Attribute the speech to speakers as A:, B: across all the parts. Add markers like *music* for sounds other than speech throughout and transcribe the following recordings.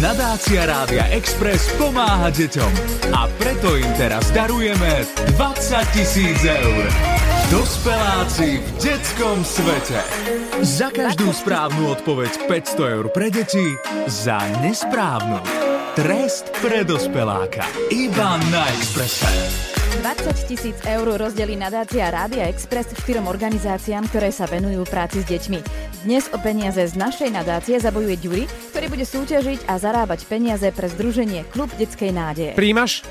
A: Nadácia Rádia Express pomáha deťom a preto im teraz darujeme 20 tisíc eur. Dospeláci v detskom svete. Za každú správnu odpoveď 500 eur pre deti, za nesprávnu. Trest pre dospeláka. Iba na Expresse.
B: 20 tisíc eur rozdelí nadácia Rádia Express štyrom organizáciám, ktoré sa venujú práci s deťmi. Dnes o peniaze z našej nadácie zabojuje Ďuri, ktorý bude súťažiť a zarábať peniaze pre združenie Klub detskej nádeje.
C: Príjmaš?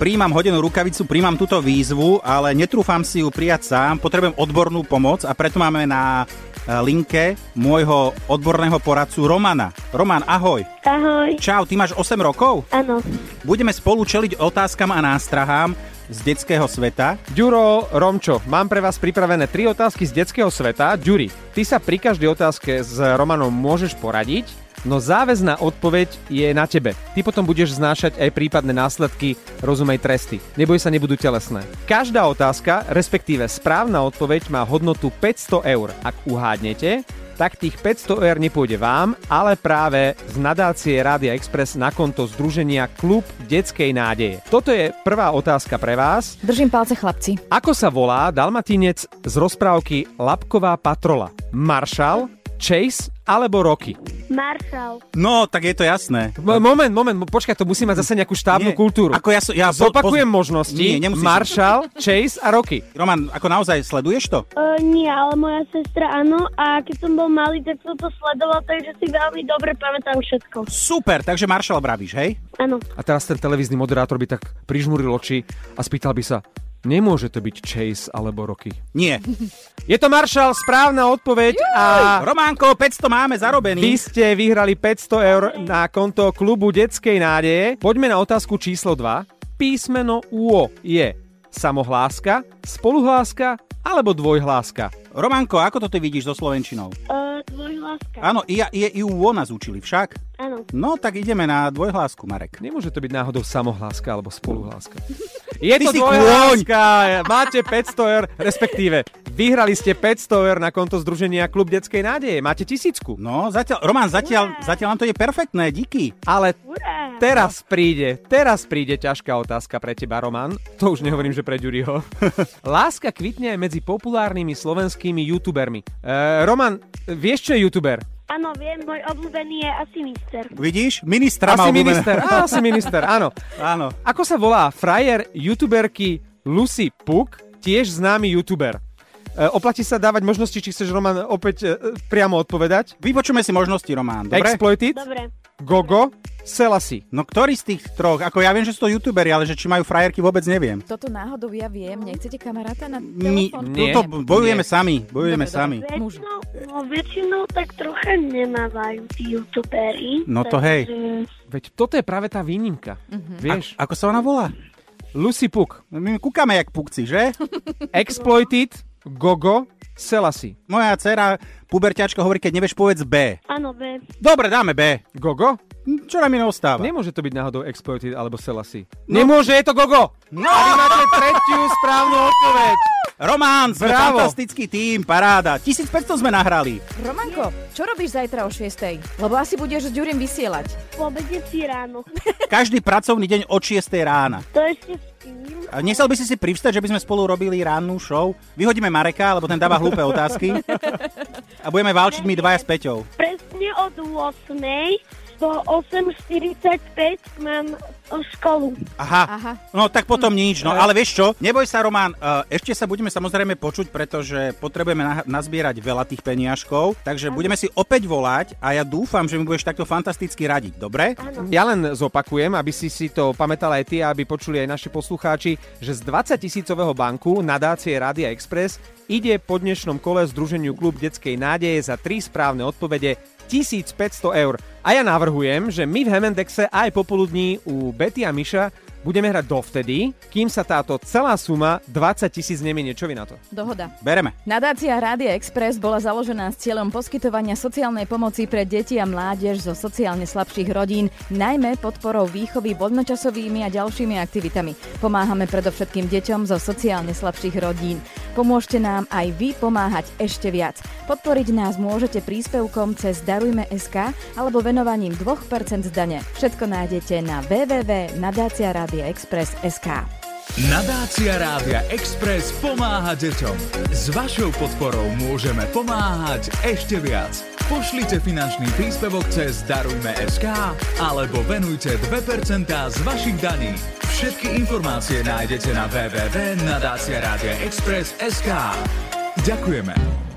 D: Príjmam hodenú rukavicu, príjmam túto výzvu, ale netrúfam si ju prijať sám, potrebujem odbornú pomoc a preto máme na e, linke môjho odborného poradcu Romana. Roman, ahoj.
E: Ahoj.
D: Čau, ty máš 8 rokov?
E: Áno.
D: Budeme spolu čeliť otázkam a nástrahám z detského sveta.
C: Ďuro, Romčo, mám pre vás pripravené tri otázky z detského sveta. Ďuri, ty sa pri každej otázke s Romanom môžeš poradiť, no záväzná odpoveď je na tebe. Ty potom budeš znášať aj prípadné následky, rozumej tresty. Neboj sa, nebudú telesné. Každá otázka, respektíve správna odpoveď má hodnotu 500 eur. Ak uhádnete, tak tých 500 eur nepôjde vám, ale práve z nadácie Rádia Express na konto Združenia Klub detskej nádeje. Toto je prvá otázka pre vás.
B: Držím palce chlapci.
C: Ako sa volá dalmatínec z rozprávky Lapková patrola? Marshall, Chase alebo Rocky?
E: Maršal.
D: No, tak je to jasné.
C: M- moment, moment, mo- počkaj, to musí mať zase nejakú štávnu
D: Nie,
C: kultúru.
D: ako ja so- ja po-
C: Zopakujem
D: poz-
C: možnosti.
D: Nie, nemusíš.
C: Marshall, Chase a Rocky.
D: Roman, ako naozaj sleduješ to?
E: E, nie, ale moja sestra áno a keď som bol malý, tak som to sledoval, takže si veľmi dobre pamätám všetko.
D: Super, takže Marshall bravíš, hej?
E: Áno.
C: A teraz ten televízny moderátor by tak prižmuril oči a spýtal by sa, nemôže to byť Chase alebo Rocky. *laughs*
D: Nie.
C: Je to Marshall, správna odpoveď a
D: Románko, 500 máme
C: Vy
D: zarobený.
C: ste vyhrali 500 eur na konto klubu detskej nádeje. Poďme na otázku číslo 2. Písmeno UO je samohláska, spoluhláska alebo dvojhláska?
D: Románko, ako to ty vidíš so Slovenčinou?
E: E, dvojhlaska.
D: Áno, i, i, i UO nás učili však.
E: Áno.
D: No, tak ideme na dvojhlásku, Marek.
C: Nemôže to byť náhodou samohláska alebo
D: *laughs*
C: spoluhláska. Je
D: Ty
C: to
D: si
C: dvojhláska, máte 500 eur, respektíve vyhrali ste 500 eur na konto Združenia Klub detskej nádeje, máte tisícku.
D: No, zatiaľ, Roman, zatiaľ, zatiaľ nám to je perfektné, díky.
C: Ale
E: Hurá.
C: Teraz príde, teraz príde ťažká otázka pre teba, Roman. To už nehovorím, že pre Ďuriho. *laughs* Láska kvitne aj medzi populárnymi slovenskými youtubermi. E, Roman, vieš, čo je youtuber?
E: Áno, viem, môj obľúbený je asi mister.
D: Vidíš, ministra
C: Asi
D: mal obľúbené-
C: minister, á, asi
D: *laughs*
C: minister, áno.
D: Áno.
C: Ako sa volá frajer youtuberky Lucy Puk, tiež známy youtuber? E, oplatí sa dávať možnosti, či chceš, Roman, opäť e, priamo odpovedať?
D: Vypočujeme si možnosti, Román, dobre?
C: Exploited,
E: Dobre.
C: Gogo, Selassie.
D: No ktorý z tých troch? Ako ja viem, že sú to youtuberi, ale že či majú frajerky vôbec neviem.
B: Toto náhodou ja viem. Nechcete kamaráta na
D: Ni-
B: telefón?
C: Nie.
D: no to bojujeme sami, bojujeme
B: Dobre,
D: sami.
B: Muži.
E: Väčšinou, no, väčšinou tak trocha nemávajú tí youtuberi.
D: No to hej.
E: takže-
C: Veď toto je práve tá výnimka. Vieš,
D: A- ako sa ona volá?
C: Lucy Puk.
D: No My kúkame jak pukci, že?
C: Exploited, Gogo, Selassie.
D: Moja dcera puberťačka hovorí, keď nevieš, povedz B.
E: Áno, B.
D: Dobre, dáme B.
C: Gogo?
D: Hm, Čo nám iné ostáva?
C: Nemôže to byť náhodou Exploited alebo Selassie. No. Nemôže, je to Gogo! No! A vy máte tretiu správnu odpoveď.
D: Román, sme
C: Bravo.
D: fantastický tým, paráda. 1500 sme nahrali.
B: Romanko, čo robíš zajtra o 6? Lebo asi budeš s Ďurim vysielať.
E: Po obede si ráno.
D: Každý pracovný deň od 6 rána.
E: To ešte s tým.
D: A Nechcel by si si privstať, že by sme spolu robili rannú show? Vyhodíme Mareka, lebo ten dáva hlúpe otázky. A budeme válčiť my dvaja s Peťou.
E: Presne od 8. do 8.45 mám o školu.
D: Aha.
B: Aha.
D: No tak potom nič, no ale vieš čo? Neboj sa, Román, e, ešte sa budeme samozrejme počuť, pretože potrebujeme na- nazbierať veľa tých peniažkov, takže budeme si opäť volať a ja dúfam, že mi budeš takto fantasticky radiť, dobre?
C: Ja len zopakujem, aby si si to pamätal aj ty a aby počuli aj naši poslucháči, že z 20 tisícového banku nadácie Rádia Express ide po dnešnom kole Združeniu Klub detskej nádeje za tri správne odpovede 1500 eur. A ja navrhujem, že my v Hemendexe aj popoludní u Betty a Miša budeme hrať dovtedy, kým sa táto celá suma 20 tisíc neminie. Čo vy na to?
B: Dohoda.
D: Bereme.
B: Nadácia Rádia Express bola založená s cieľom poskytovania sociálnej pomoci pre deti a mládež zo sociálne slabších rodín, najmä podporou výchovy voľnočasovými a ďalšími aktivitami. Pomáhame predovšetkým deťom zo sociálne slabších rodín. Pomôžte nám aj vy pomáhať ešte viac. Podporiť nás môžete príspevkom cez Darujme.sk alebo venovaním 2% z dane. Všetko nájdete na www.nadáciaradiaexpress.sk.
A: Nadácia Rádia Express pomáha deťom. S vašou podporou môžeme pomáhať ešte viac. Pošlite finančný príspevok cez Darujme.sk alebo venujte 2% z vašich daní. Všetky informácie nájdete na www.nadáciaradiaexpress.sk Ďakujeme.